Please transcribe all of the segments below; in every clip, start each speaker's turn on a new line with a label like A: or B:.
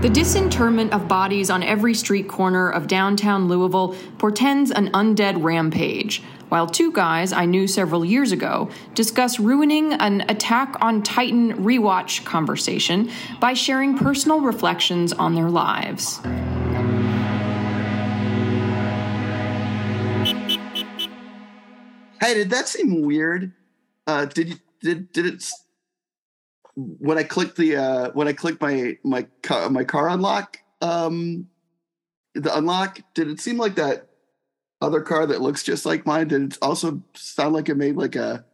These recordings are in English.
A: The disinterment of bodies on every street corner of downtown Louisville portends an undead rampage, while two guys I knew several years ago discuss ruining an Attack on Titan rewatch conversation by sharing personal reflections on their lives.
B: Hey, did that seem weird? Uh, did you, did did it? s- When I clicked the uh, when I clicked my my car, my car unlock, um, the unlock, did it seem like that other car that looks just like mine? Did it also sound like it made like a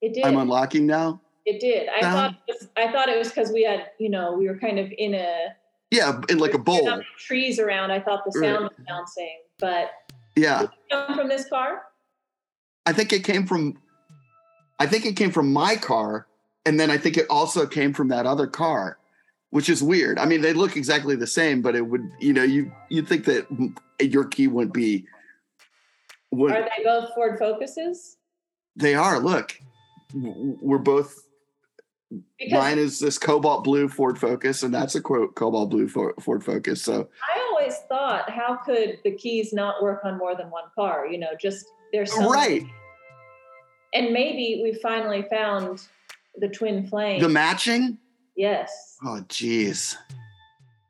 C: It did.
B: I'm unlocking now?
C: it did. I
B: Down.
C: thought it was, I thought it was because we had you know we were kind of in a
B: Yeah, in like a
C: there's
B: bowl.
C: not trees around. I thought the
B: Right.
C: sound was bouncing, but
B: Yeah,
C: come from this car.
B: I think it came from. I think it came from my car, and then I think it also came from that other car, which is weird. I mean, they look exactly the same, but it would you know you you would think that your key wouldn't be. Would
C: Are they both Ford Focuses?
B: they are? Look, w- we're both.
C: Because
B: mine is this cobalt blue Ford Focus, and that's a quote cobalt blue Fo- Ford Focus. So
C: I always thought, how could the keys not work on more than one car? You know, just there's so
B: right,
C: And maybe we finally found the twin flame.
B: the matching.
C: yes.
B: Oh, geez,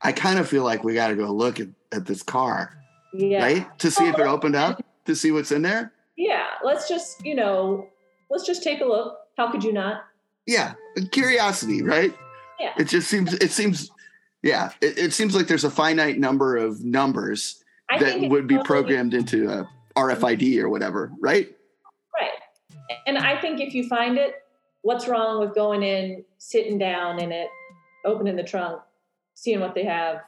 B: I kind of feel like we got to go look at, at this car.
C: Yeah. Oh.
B: right? To see if it opened up, to see what's in there.
C: Yeah. Let's just, you know, let's just take a look. How could you not?
B: Yeah, curiosity, right?
C: Yeah.
B: It just seems. It seems. Yeah, it, it seems like there's a finite number of numbers
C: I
B: that
C: it's
B: would be
C: totally-
B: programmed into a RFID or whatever, right?
C: Right. And I think if you find it, what's wrong with going in, sitting down in it, opening the trunk, seeing what they have,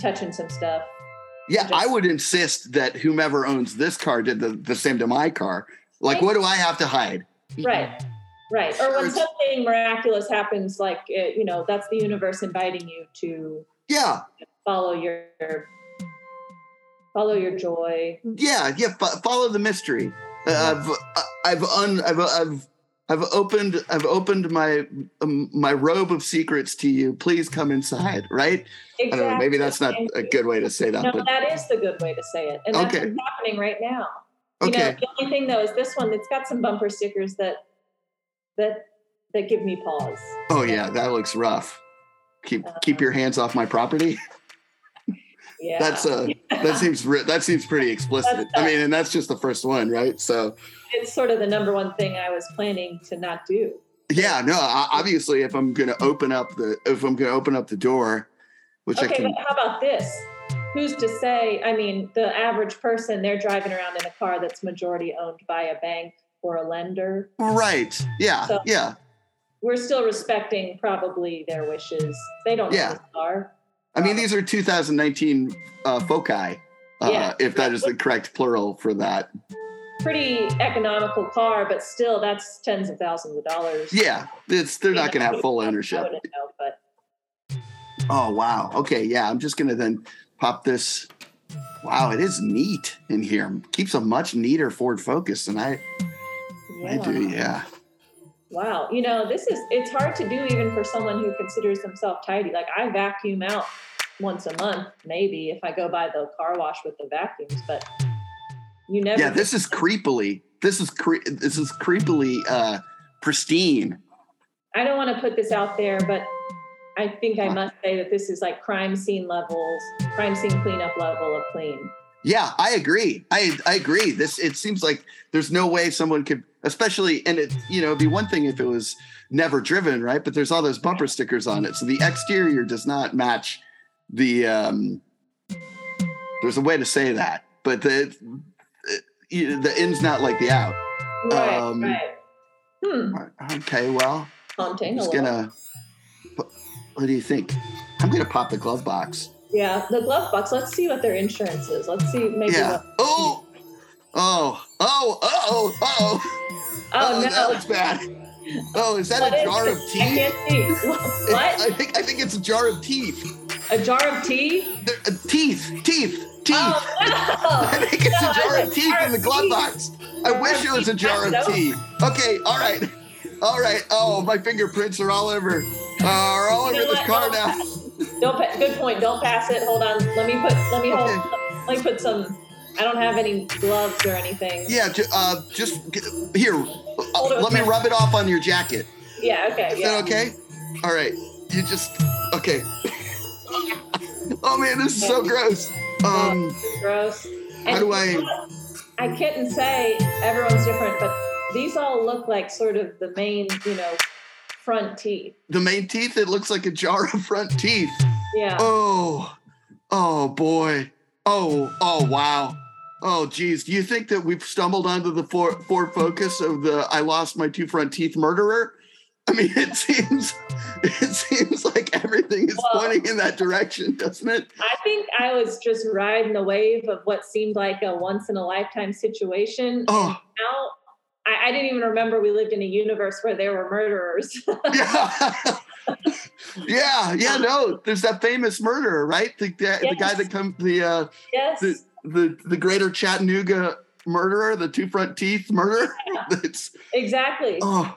C: touching some stuff?
B: Yeah,
C: Just-
B: I would insist that whomever owns this car did the, the same to my car. Like, what do I have to hide?
C: Right. Right. Or when
B: It's-
C: something miraculous happens, like, uh, you know, that's the universe inviting you to
B: Yeah,
C: follow your follow your joy.
B: yeah, yeah. Fo- follow the mystery. Uh, I've I've un I've I've I've opened I've opened my um, my robe of secrets to you. Please come inside, right? I don't know. Maybe that's not
C: Thank
B: a
C: you.
B: good way to say that,
C: No,
B: but
C: that is the good way to say it. And that's
B: Okay.
C: what's happening right now. You know,
B: okay.
C: the only thing though is this one that's got some bumper stickers that that that give me pause.
B: Oh yeah, that looks rough. Keep keep your hands off my property.
C: Yeah.
B: That's uh that seems re- that seems pretty explicit.
C: That's
B: I
C: tough.
B: mean, and that's just the first one, right? So
C: it's sort of the number one thing I was planning to not do.
B: yeah, no. I, obviously, if I'm gonna open up the if I'm gonna open up the door, which I
C: Okay,
B: can.
C: but how about this? Who's to say? I mean, the average person, they're driving around in a car that's majority owned by a bank or a lender.
B: Right. Yeah.
C: So-
B: yeah.
C: We're still respecting probably their wishes. They don't
B: Yeah.
C: know this car.
B: I mean, these are 2019 uh, foci, uh,
C: Yeah.
B: if that is the correct plural for that.
C: Pretty economical car, but still, that's tens of thousands of dollars.
B: Yeah, it's they're not going to have full
C: I
B: ownership.
C: wouldn't know, but
B: Oh wow. Okay, yeah. I'm just gonna then pop this. Wow, it is neat in here. Keeps a much neater Ford Focus than I,
C: yeah.
B: I do. Yeah.
C: Wow. You know, this is, it's hard to do even for someone who considers themselves tidy. Like, I vacuum out once a month, maybe, if I go by the car wash with the vacuums, but you never.
B: Yeah. This is creepily. This is cre- this is creepily uh, pristine.
C: I don't want to put this out there, but I think I must say that this is like crime scene levels, crime scene cleanup level of clean.
B: Yeah, I agree. I I agree. This it seems like there's no way someone could, especially, and it you know, it'd be one thing if it was never driven, right? But there's all those bumper stickers on it, so the exterior does not match the. um There's a way to say that, but the you- the in's not like the out.
C: Right,
B: Um,
C: right. Hmm.
B: Okay, well, I'm
C: Haunting a
B: just
C: little.
B: gonna. What do you think? I'm gonna pop the glove box.
C: Yeah, the glove box. Let's see what their insurance is. Let's see. Maybe.
B: Yeah.
C: what-
B: Oh. Oh. Oh. Oh. Oh.
C: oh, no.
B: that looks bad. Oh, is that
C: What
B: a
C: is
B: jar
C: this?
B: of
C: I
B: tea?
C: can't see.
B: It-
C: what?
B: I think I think it's a jar of teeth.
C: A jar of tea?
B: There- uh, teeth, teeth, teeth.
C: Oh,
B: I think it's
C: no,
B: a jar
C: it's
B: of
C: a
B: teeth
C: jar
B: in the
C: of
B: glove
C: teeth.
B: box. I
C: Jar
B: wish
C: of
B: it was a
C: teeth,
B: jar of
C: that's
B: tea. Okay, all right, all right. Oh, my fingerprints are all over, are all
C: You
B: over
C: know
B: this
C: what?
B: car now.
C: Don't. Pa- good point. Don't pass it. Hold on. Let me put. Let me hold. Let me put some. I don't have any gloves or anything.
B: Yeah, ju- uh, just g- here. uh,
C: Hold it
B: let me
C: with
B: rub it off on your jacket.
C: Yeah. Okay.
B: Is
C: Yeah.
B: that okay? All right. You just okay. oh man, this is so gross. Um,
C: Gross. And
B: How do I-
C: I couldn't say everyone's different, but these all look like sort of the main, you know, front teeth.
B: the main teeth. It looks like a jar of front teeth.
C: Yeah.
B: Oh, oh boy. Oh, oh wow. Oh geez. Do you think that we've stumbled onto the for for focus of the I lost my two front teeth murderer? I mean, it seems it seems like everything is
C: Well-
B: pointing in that direction, doesn't it?
C: I think I was just riding the wave of what seemed like a once in a lifetime situation.
B: Oh.
C: Now, I, I didn't even remember we lived in a universe where there were murderers.
B: yeah, yeah, yeah. No, there's that famous murderer, right? The, the, the guy
C: Yes.
B: that come the uh,
C: yes.
B: the the the Greater Chattanooga murderer, the two front teeth murderer. It's
C: Exactly.
B: oh,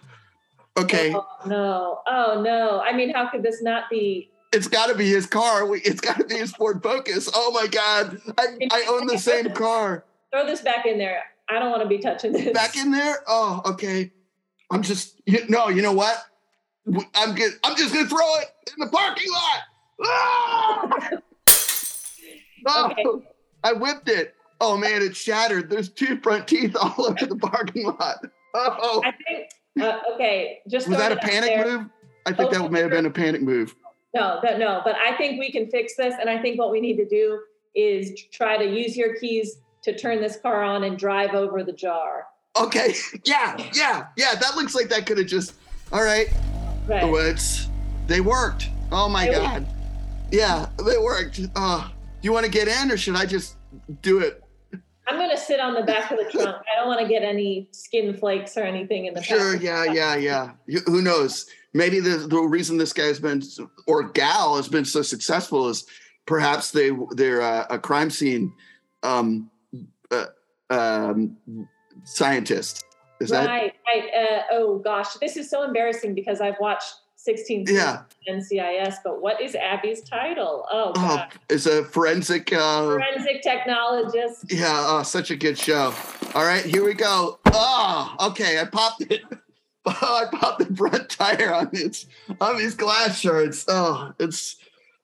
B: okay.
C: Oh, no. Oh, no. I mean, how could this not be?
B: It's got to be his car. We, it's got to be his Ford Focus. Oh my God, I, I own the same car.
C: Throw this back in there. I don't want to be touching this.
B: Back in there. Oh, okay. I'm just you, no. You know what? W- I'm good. I'm just gonna throw it in the parking lot. Ah! No,
C: Okay.
B: I whipped it. Oh man, it shattered. There's two front teeth all over the parking lot. Oh,
C: I think. Uh, okay, just
B: was
C: throw
B: that a
C: it out
B: panic
C: there.
B: move? I think
C: Oh,
B: that may have been a panic move.
C: No, that, no, but I think we can fix this, and I think what we need to do is try to use your keys to turn this car on and drive over the jar.
B: Okay. Yeah. Yeah. Yeah. That looks like that could have just. All right.
C: Right.
B: Oh, Well, it's they worked. Oh my
C: They
B: god. Yeah, they worked. Uh, do you want to get in or should I just do it?
C: I'm gonna sit on the back of the trunk. I don't want to get any skin flakes or anything in the
B: Sure.
C: back.
B: Yeah. Yeah. Yeah. You- Who knows? Maybe the, the reason this guy's been or gal has been so successful is perhaps they they're uh, a crime scene um, uh, um, scientist. Is that
C: right, right. Uh, oh gosh, this is so embarrassing because I've watched 16 seasons
B: yeah?
C: of NCIS, but what is Abby's title? Oh,
B: Oh,
C: God.
B: it's a forensic. Uh,
C: forensic technologist.
B: Yeah, oh, such a good show. All right, here we go. Oh, okay, I popped it. Oh, I popped the front tire on its on these glass shards. Oh, it's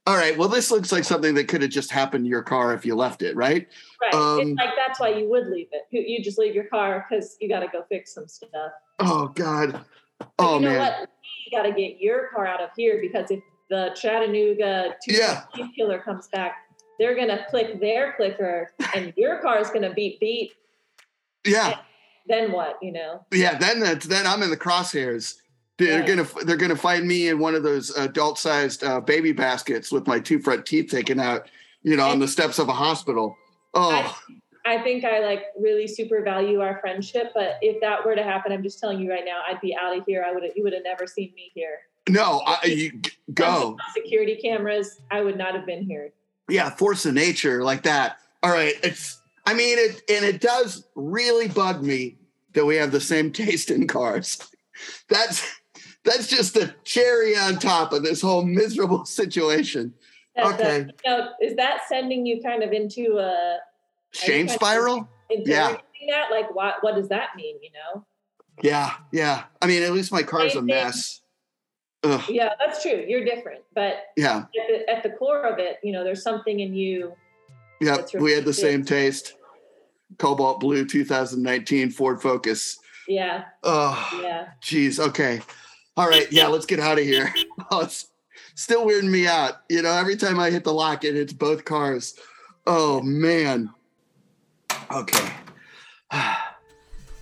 B: all right. Well, this looks like something that could have just happened to your car if you left it, right?
C: Right.
B: Um,
C: it's like that's why you would leave it. You, you just leave your car because you got to go fix some stuff.
B: Oh God.
C: But
B: Oh
C: you know
B: man.
C: what? You got to get your car out of here because if the Chattanooga two
B: Yeah.
C: killer comes back, they're gonna click their clicker, and your car is gonna beep beep.
B: Yeah,
C: Then what? You know?
B: yeah. Then that's then I'm in the crosshairs. They're
C: Right.
B: gonna they're gonna find me in one of those adult sized uh, baby baskets with my two front teeth taken out. You know, on the steps of a hospital. Oh.
C: I think I like really super value our friendship, but if that were to happen, I'm just telling you right now, I'd be out of here. I would you would have never seen me here.
B: No, I, you g-
C: Oh.
B: go.
C: Security cameras, I would not have been here.
B: Yeah, force of nature like that. All right, it's. I mean, it and it does really bug me that we have the same taste in cars. That's that's just the cherry on top of this whole miserable situation.
C: That- that-
B: Okay,
C: you know, is that sending you kind of into a
B: shame spiral.
C: interrogating that? Like, what what does that mean? You know?
B: Yeah, yeah. I mean, at least my car's a mess. Ugh,
C: Yeah, that's true. You're different, but
B: yeah,
C: at the, at the core of it, you know, there's something in you.
B: yeah. We had the same taste. Cobalt blue, 2019 Ford Focus.
C: Yeah,
B: Oh.
C: yeah.
B: Jeez. Okay. All right. Yeah. Let's get out of here. Oh, it's still weirding me out. You know, every time I hit the lock, it hits both cars. Oh man. Okay.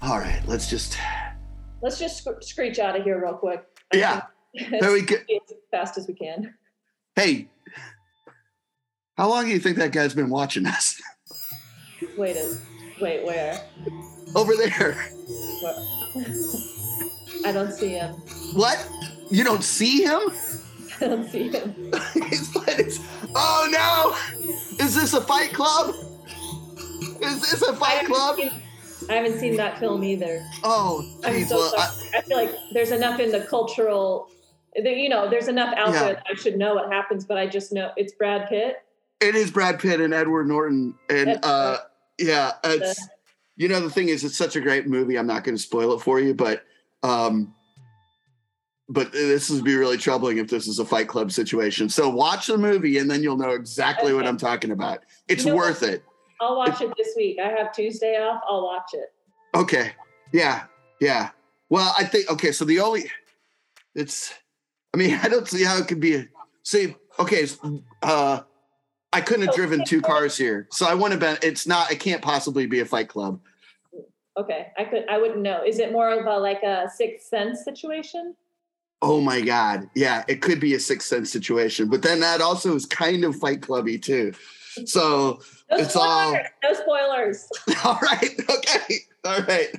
B: All right. Let's just.
C: Let's just sc- screech out of here real quick.
B: Yeah. There we go.
C: as fast as we can.
B: Hey. How long do you think that guy's been watching us
C: Wait a wait. Where?
B: over there?
C: where? I don't see him.
B: What? You don't see him?
C: I don't see him.
B: He's like, oh no! Is this a fight club? Is this a
C: I
B: fight
C: haven't
B: club?
C: seen- I haven't seen that film either.
B: Oh,
C: I'm
B: geez,
C: so
B: well, I-
C: sorry. I feel like there's enough in the cultural There- You know, there's enough out
B: Yeah.
C: there that I should know what happens, but I just know it's Brad Pitt.
B: It is Brad Pitt and Edward Norton, and
C: That's
B: uh,
C: right.
B: yeah, it's you know the thing is it's such a great movie. I'm not going to spoil it for you, but um, but this would be really troubling if this is a Fight Club situation. So watch the movie and then you'll know exactly what
C: Okay.
B: I'm talking about. It's
C: You know
B: worth it.
C: I'll watch it this week. I have Tuesday off. I'll watch it.
B: Okay. Yeah. Yeah. Well, I think okay. So the only it's, I mean, I don't see how it could be. a- See, okay. s- Uh, I couldn't have driven two cars here, so I wouldn't have been. It's not. It can't possibly be a Fight Club.
C: Okay, I could. I wouldn't know. Is it more of a like a sixth sense situation?
B: Oh my God. Yeah, it could be a sixth sense situation, but then that also is kind of Fight Clubby too. So
C: No
B: It's um, all-
C: spoilers. No spoilers.
B: All right. Okay. All right.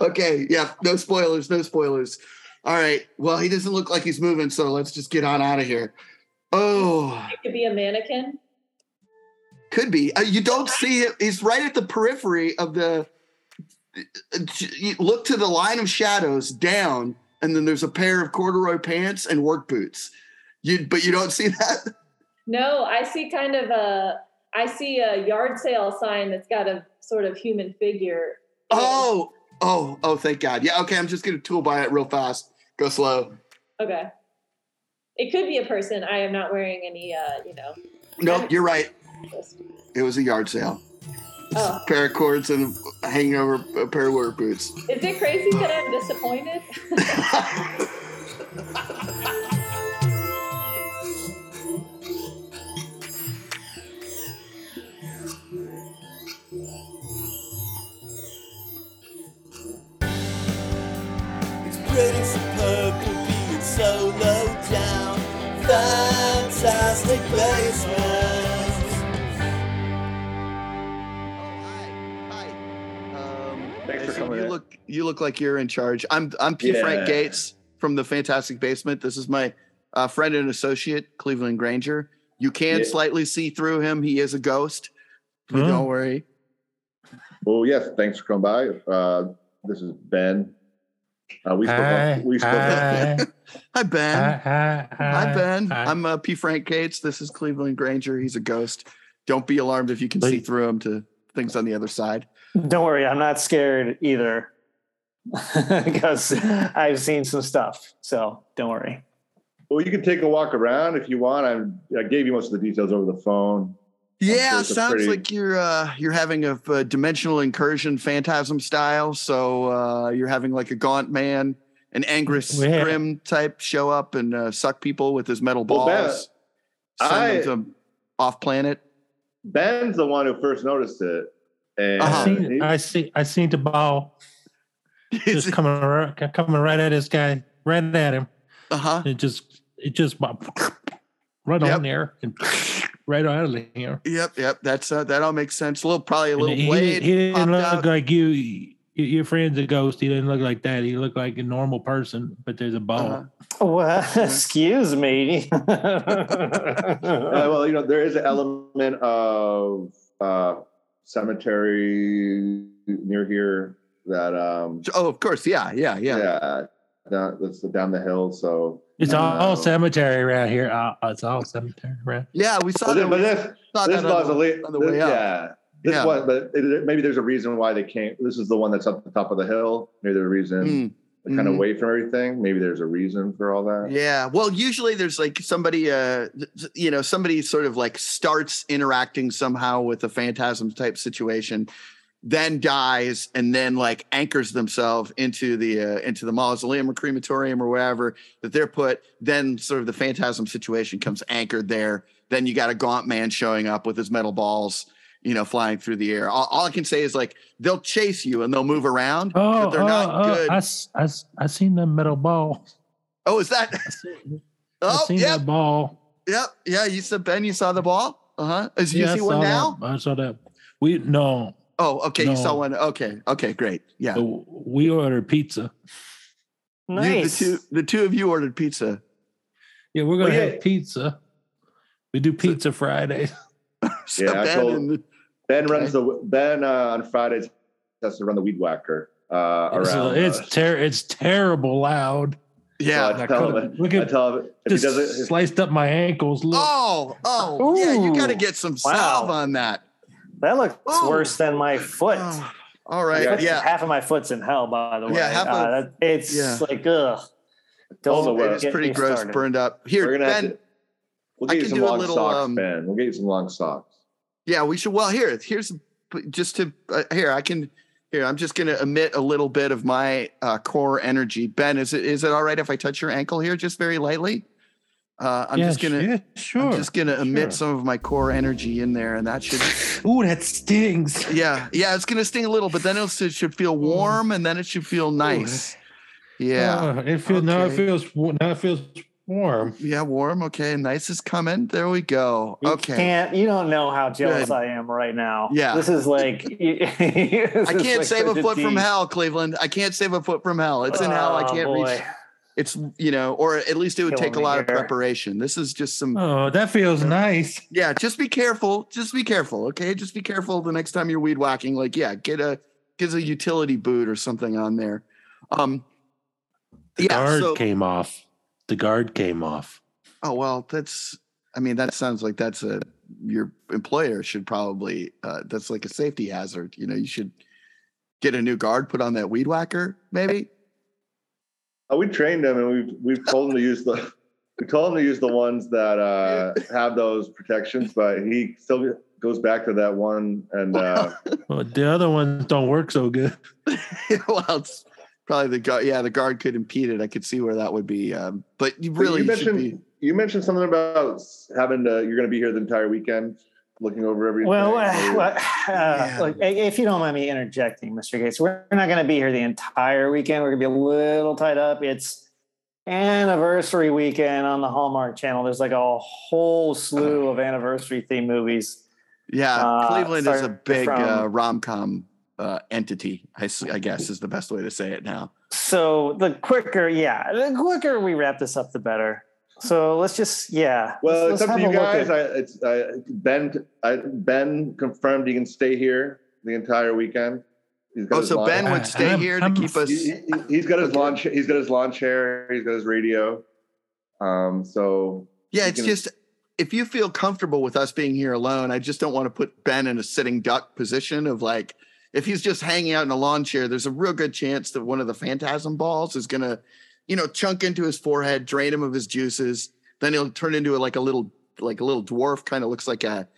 B: Okay. Yeah. No spoilers. No spoilers. All right. Well, he doesn't look like he's moving, so let's just get on out of here. Oh,
C: It could be a mannequin.
B: could be. Uh, you don't see it. He's right at the periphery of the. You look to the line of shadows down, and then there's a pair of corduroy pants and work boots. You, but you don't see that.
C: No, I see kind of a. I see a yard sale sign that's got a sort of human figure.
B: Oh, oh, oh! Thank God. Yeah. Okay. I'm just gonna tool by it real fast. Go slow.
C: Okay. It could be a person. I am not wearing any. Uh, you know.
B: Nope. You're right.
C: just-
B: It was a yard sale.
C: Oh,
B: pair of cords and hanging over a pair of work boots.
C: is it crazy that I'm disappointed?
D: It's pretty superb for being so low down. Fantastic basement.
E: Thanks for
B: so
E: coming
B: You
E: in.
B: look, you look like you're in charge. I'm, I'm P. Frank
E: Yeah.
B: Gates from the Fantastic Basement. This is my uh, friend and associate, Cleveland Granger. You can
E: Yeah.
B: slightly see through him. He is a ghost. But
F: Hmm.
B: Don't worry.
E: Well, yes, thanks for coming by. Uh, this is Ben. Uh, we still have, we still have,
B: Hi, Ben. Hi, Ben.
F: hi.
B: I'm uh, P. Frank Gates. This is Cleveland Granger. He's a ghost. Don't be alarmed if you can see
F: Please.
B: through him to things on the other side.
G: Don't worry, I'm not scared either because I've seen some stuff. So don't worry.
E: well, you can take a walk around if you want. I'm, I gave you most of the details over the phone.
B: Yeah,
E: sure
B: it
E: it's a
B: sounds
E: pretty-
B: like you're uh, you're having a, uh dimensional incursion, phantasm style. So uh, you're having like a gaunt man, an Angus
F: Yeah.
B: Grim type show up and uh, suck people with his metal
E: Well,
B: balls,
E: Ben,
B: send
E: I-
B: them to off planet.
E: Ben's the one who first noticed it, and
F: I
B: Uh-huh.
F: seen,
E: he-
F: I see, I seen the ball just coming, around, coming right at this guy, right at him.
B: Uh huh.
F: It just, it just, bop- right
B: Yep.
F: on there and right out of here.
B: Yep, yep. That's uh, that all makes sense. A little, probably a
F: And
B: little
F: he,
B: blade.
F: didn't- he
B: popped
F: didn't look
B: out.
F: like you. y- Your friend's a ghost. He didn't look like that. He looked like a normal person, but there's a ball.
B: Uh-huh.
G: Well, excuse me.
E: Uh, well, you know, there is an element of uh, cemetery near here that, um,
B: Oh, of course. Yeah, yeah, yeah.
E: down, that's down the hill. So,
F: It's all
E: Uh,
F: cemetery around here. Uh, it's all cemetery around.
B: Yeah, we saw
E: but
B: that.
E: then- but
B: We
E: this,
B: saw
E: this
B: that on
E: was
B: the-
E: a late,
B: on the way up.
E: yeah. This
B: Yeah.
E: one, but it- it- maybe there's a reason why they can't. This is the one that's up the top of the hill. Maybe there's a reason
B: Mm,
E: they're kind
B: mhm.
E: of away from everything. Maybe there's a reason for all that.
B: Yeah. Well, usually there's like somebody, uh, th- you know, somebody sort of like starts interacting somehow with a phantasm type situation, then dies, and then like anchors themselves into the uh, into the mausoleum or crematorium or wherever that they're put. Then sort of the phantasm situation comes anchored there. Then you got a gaunt man showing up with his metal balls, you know, flying through the air. All, all I can say is like they'll chase you and they'll move around.
F: Oh,
B: they're
F: oh,
B: not
F: oh,
B: good.
F: I, s- I, s- I seen the metal ball.
B: Oh, is that?
F: I seen, I
B: Oh,
F: seen
B: yeah,
F: that ball.
B: Yep. Yeah. You said Ben, you saw the ball. Uh huh. Is you
F: I
B: see one
F: saw
B: now?
F: That. I saw that. We no,
B: Oh, okay. You saw
F: No. Oh.
B: one. Okay. Okay. Great. Yeah. You-
F: we ordered pizza.
G: nice.
B: the two the two of you ordered pizza.
F: Yeah, we're
B: Oh,
F: gonna
E: Well, yeah.
F: have pizza. We do pizza Friday.
B: So
E: Yeah, I
B: Ben
E: told-
B: and-
E: Ben
B: Okay.
E: runs the Ben uh, on Fridays has to run the weed whacker uh, around.
F: So it's
E: us.
F: ter- it's terrible loud.
B: Yeah.
E: So I
F: That
E: tell
F: could've-
E: him.
F: we
E: I
F: could
E: tell him if he
F: just
E: doesn't. if-
F: sliced up my ankles. Look.
B: Oh, oh, yeah. You got to
G: Ooh.
B: get some
G: Wow.
B: salve on that.
G: That looks
B: Oh.
G: worse than my foot.
B: Oh, all
G: My
B: right.
G: foot's-
B: Yeah.
G: half of my foot's in hell, by the way.
B: Yeah, half of-
G: Uh, that- it's
B: yeah.
G: like ugh.
E: Also,
G: Don't
E: it
B: It's
E: is
G: get
B: pretty
G: me
B: gross,
G: started.
B: burned up. Here,
E: We're gonna have
B: Ben.
E: to- We'll
B: I
E: get you
B: can
E: some
B: do a
E: long
B: little,
E: socks,
B: um,
E: Ben. We'll get you some long socks.
B: Yeah, we should. Well, here, here's just to uh, here. I can here. I'm just going to emit a little bit of my uh, core energy. Ben, is it is it all right if I touch your ankle here, just very lightly? Uh, I'm
F: Yeah,
B: just gonna.
F: yeah, sure.
B: I'm just gonna emit
F: sure.
B: some of my core energy in there, and that should,
F: Ooh, that stings.
B: yeah, yeah, it's gonna sting a little, but then it'll- it should feel warm, and then it should feel nice. Yeah,
F: Oh, it feels now. It
B: Okay.
F: feels now. It feels warm.
B: yeah, warm. Okay, nice is coming. There we go.
G: You
B: okay,
G: can't. You don't know how jealous
B: Good.
G: I am right now.
B: Yeah.
G: This is like.
B: I can't save a foot from hell, Cleveland. I can't save a foot from hell. It's in hell. I can't reach. It's you know, or at least it would
G: Killing
B: take a
G: Oh, me
B: lot of
G: here.
B: preparation. This is just some.
F: Oh, that feels nice.
B: Yeah, just be careful. Just be careful, okay? Just be careful the next time you're weed whacking. Like, yeah, get a get a utility boot or something on there. Um,
F: The
B: yeah.
F: guard
B: So,
F: came off. The guard came off.
B: oh well, that's. I mean, that sounds like that's a your employer should probably. Uh, that's like a safety hazard. You know, you should get a new guard put on that weed whacker, maybe.
E: Oh, we trained him, and we've we've told him to use the we told him to use the ones that uh, have those protections, but he still goes back to that one. And uh,
F: Well, the other ones don't work so good.
B: well, it's probably the guard. Yeah, the guard could impede it. I could see where that would be. Um, but you really
E: you
B: should
E: mentioned
B: be.
E: you mentioned something about having to you're going to be here the entire weekend, looking over everything.
G: Well, uh, well,
B: Yeah.
G: uh, look, i- if you don't mind me interjecting, Mr. Gates, we're not going to be here the entire weekend. We're going to be a little tied up. It's anniversary weekend on the Hallmark Channel. There's like a whole slew of anniversary themed movies.
B: Yeah,
G: Uh,
B: Cleveland is a
G: starting
B: big
G: from-
B: uh, rom com uh, entity. I, s- I guess is the best way to say it now.
G: So the quicker, yeah, the quicker we wrap this up, the better. So let's just, yeah.
E: Well,
G: let's,
E: it's up
G: let's
E: to
G: have
E: you
G: a
E: guys.
G: look at-
E: I, it's I, Ben. I, ben confirmed he can stay here the entire weekend. He's got
B: Oh,
E: his
B: so
E: lawn-
B: Ben
F: I-
B: would stay
F: I'm-
B: here
F: I'm-
B: to keep us.
E: He, he- he's got his lawn. Cha- he's got his lawn chair. He's got his radio. Um. So
B: Yeah,
E: he
B: it's
E: can-
B: just if you feel comfortable with us being here alone, I just don't want to put Ben in a sitting duck position of like. If he's just hanging out in a lawn chair, there's a real good chance that one of the phantasm balls is gonna, you know, chunk into his forehead, drain him of his juices. Then he'll turn into a, like a little, like a little dwarf. Kind of looks like a,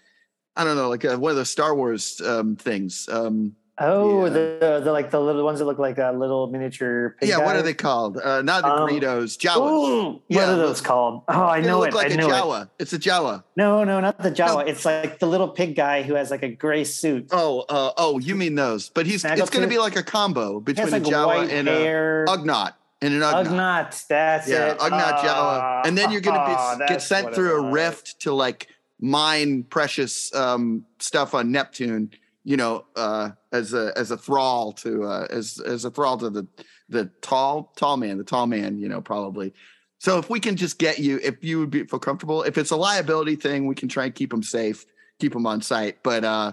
B: I don't know, like a, one of those Star Wars um, things. Um,
G: Oh,
B: Yeah.
G: the, the, the like the little ones that look like uh, little miniature. pig
B: yeah, what are
G: guys.
B: they called? Uh, not the
G: Um,
B: Doritos, Jawas.
G: Ooh, what
B: Yeah,
G: are
B: look-
G: those called? Oh, I
B: They
G: know
B: look
G: it.
B: like
G: I
B: a
G: know it.
B: Jawa. It's a Jawa.
G: No, no, not the Jawa.
B: No.
G: It's like the little pig guy who has like a gray suit.
B: Oh, uh, oh, you mean those? But he's it's going to
G: Snaggletooth?
B: be like a combo
G: He has
B: between
G: like
B: a Jawa
G: white
B: and a
G: hair.
B: Ugnaught and an Ugnaught.
G: Ugnaught. That's
B: Yeah,
G: it.
B: Ugnaught
G: Ah,
B: Jawa. And then you're going
G: ah,
B: to be, get
G: that's
B: sent
G: what it
B: through a
G: was.
B: rift to like mine precious um, stuff on Neptune. You know, uh, as a as a thrall to uh, as as a thrall to the the tall tall man, the tall man. You know, probably. So if we can just get you, if you would be feel comfortable, if it's a liability thing, we can try and keep them safe, keep them on site. But uh,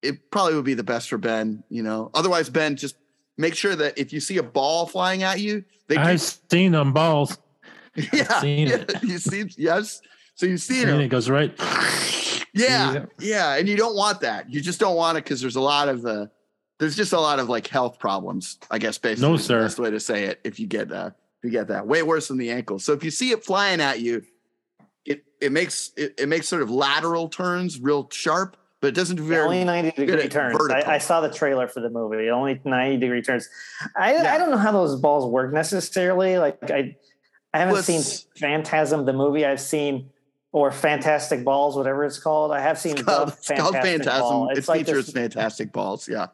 B: it probably would be the best for Ben. You know, otherwise Ben just make sure that if you see a ball flying at you, they do
F: I've seen them balls.
B: yeah,
F: seen
B: yeah.
F: it.
B: You see, yes. So you've seen
F: And
B: them.
F: it goes right.
B: Yeah, yeah, and you don't want that. You just don't want it because there's a lot of uh, there's just a lot of like health problems. I guess basically,
F: No,
B: is the
F: sir.
B: best way to say it. If you get uh, if you get that, way worse than the ankle. So if you see it flying at you, it it makes it, it makes sort of lateral turns, real sharp, but it doesn't
G: Yeah, only
B: very.
G: 90
B: good
G: degree
B: at
G: turns.
B: vertical.
G: I, I saw the trailer for the movie. Only 90 degree turns. I,
B: Yeah.
G: I don't know how those balls work necessarily. Like I I haven't
B: Well,
G: seen
B: it's-
G: Phantasm the movie. I've seen or Fantastic Balls, whatever it's called. I have seen
B: It's called,
G: the
B: it's called
G: Fantastic
B: Phantasm.
G: Ball.
B: It
G: It's like
B: features
G: this-
B: fantastic balls. Yeah.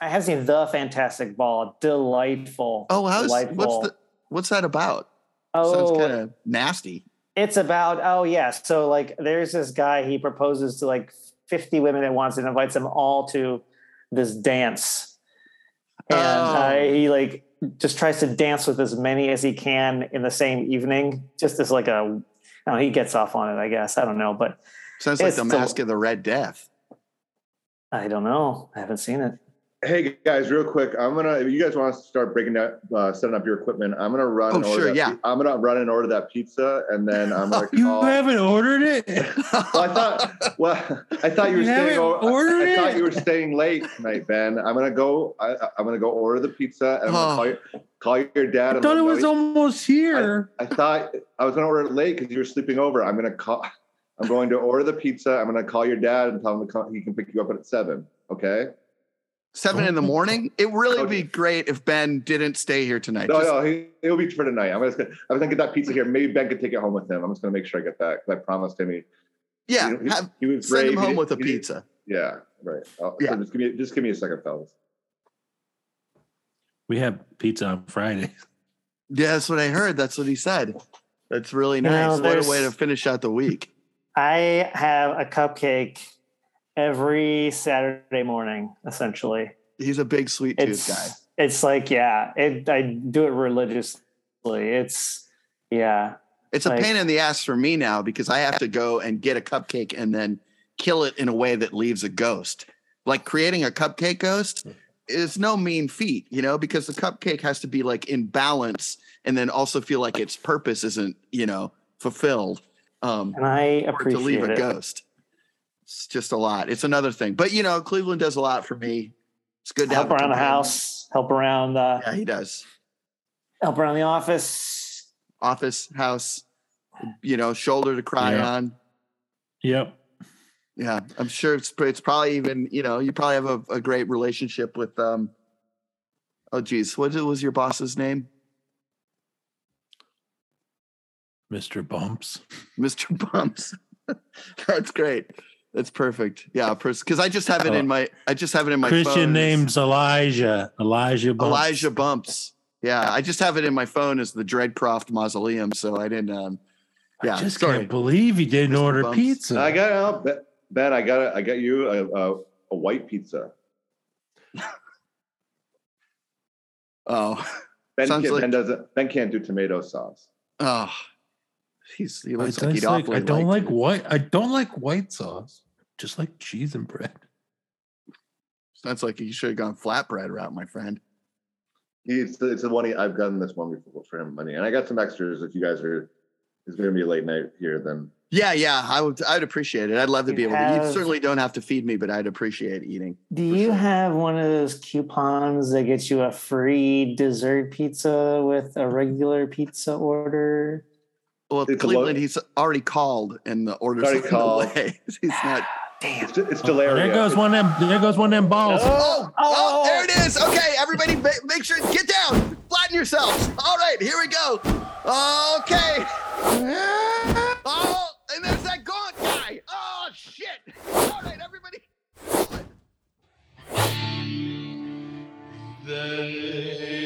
G: I have seen the Fantastic Ball. Delightful.
B: Oh, how's
G: delightful.
B: what's the what's that about? Sounds
G: oh,
B: kind of nasty.
G: it's about oh yeah so like there's this guy he proposes to like 50 women at once and invites them all to this dance and uh,
B: Oh.
G: he like just tries to dance with as many as he can in the same evening just as like a no, he gets off on it i guess i don't know but
B: Sounds like
G: It's
B: the
G: the-
B: mask of the Red Death.
G: i don't know i haven't seen it
E: Hey guys, real quick, I'm gonna. If you guys want to start breaking up, uh, setting up your equipment, I'm gonna run.
B: Oh,
E: and order
B: sure,
E: that
B: yeah.
E: pi- I'm gonna run and order that pizza, and then I'm gonna
F: You
E: call.
F: haven't ordered it?
E: Well, I thought. Well, I thought you were
F: You
E: staying.
F: haven't
E: o-
F: ordered
E: I, I thought
F: it?
E: you were staying late tonight, Ben. I'm gonna go. I, I- I'm gonna go order the pizza, and I'm
B: Oh.
E: gonna call, your, call your dad.
F: I
E: and
F: thought
E: let
F: it
E: him
F: was
E: know.
F: almost here.
E: I thought I was gonna order it late because you were sleeping over. I'm gonna call. I'm going to order the pizza. I'm gonna call your dad and tell him to come, he can pick you up at seven. Okay.
B: Seven in the morning. It really would be
E: Okay.
B: great if Ben didn't stay here tonight.
E: No,
B: Just-
E: no, he, it'll be for tonight. I'm just gonna, I'm gonna get that pizza here. Maybe Ben could take it home with him. I'm just gonna make sure I get that because I promised him. He,
B: yeah,
E: he,
B: have,
E: he was
B: send
E: brave.
B: him
E: He
B: home
E: didn't-
B: with a
E: he didn't-
B: pizza.
E: Yeah, right. I'll-
B: Yeah.
E: So just give me, just give me a second, fellas.
H: We have pizza on Friday.
B: Yeah, that's what I heard. That's what he said. That's really
G: You know,
B: nice. what
G: there's-
B: a way to finish out the week.
G: I have a cupcake every Saturday morning, essentially.
B: He's a big sweet tooth
G: It's
B: guy.
G: it's like yeah, it, I do it religiously. It's yeah,
B: It's a
G: like-
B: pain in the ass for me now because I have to go and get a cupcake and then kill it in a way that leaves a ghost. Like creating a cupcake ghost
G: Hmm.
B: is no mean feat, you know, because the cupcake has to be like in balance and then also feel like its purpose isn't, you know, fulfilled. Um,
G: and I
B: or to leave
G: appreciate
B: a
G: it.
B: ghost. It's just a lot. It's another thing. But you know, Cleveland does a lot for me. It's good to
G: Help
B: have a
G: around the
B: companion.
G: house, help around the
B: Yeah, he does.
G: help around the office.
B: Office, house, you know, shoulder to cry
H: Yeah.
B: on.
H: Yep.
B: Yeah, I'm sure it's it's probably even you know you probably have a, a great relationship with um. Oh geez, what was your boss's name,
H: Mr. Bumps.
B: Mr. Bumps? That's great. That's perfect. Yeah, because I just have it in my I just have it in my
F: Christian
B: phone as
F: name's Elijah. Elijah Bumps.
B: Elijah Bumps. Yeah, I just have it in my phone as the Dreadcroft Mausoleum, so I didn't. um Yeah,
F: I just
B: sorry.
F: can't believe he didn't
B: Mr.
F: order
B: Bumps.
F: pizza.
E: I got oh, Ben- Ben. I got I got you a, a, a white pizza.
B: Oh,
E: Ben,
B: Sounds
E: can't,
B: like-
E: ben doesn't. Ben can't do tomato sauce.
B: oh, he's he
H: I,
B: looks like
H: just
B: he'd
H: like-
B: awfully
H: I don't
B: like
H: like white. I don't like white sauce. Just like cheese and bread.
B: Sounds like he should have gone flatbread route, my friend.
E: He's it's the one he, I've done this one before for him money, and I got some extras. If you guys are, it's going to be a late night here. Then
B: Yeah, yeah, I would. I'd appreciate it. I'd love to
G: You
B: be able to. You
G: have-
B: certainly don't have to feed me, but I'd appreciate eating.
G: Do
B: For
G: you
B: sure.
G: have one of those coupons that gets you a free dessert pizza with a regular pizza order?
B: Well,
E: It's a lo-
B: Cleveland, he's already called, and the order's
E: Already
B: on the
E: called.
B: way. he's not.
E: it's it's
F: Oh, there
E: delirious.
F: goes one of them. There goes one of them balls.
B: Oh, oh, there it is.
E: Oh.
B: Okay, everybody, ma- make sure get down, flatten yourselves. All right, here we go. Okay. Oh, and there's that gaunt guy. Oh shit. All right, everybody.
D: They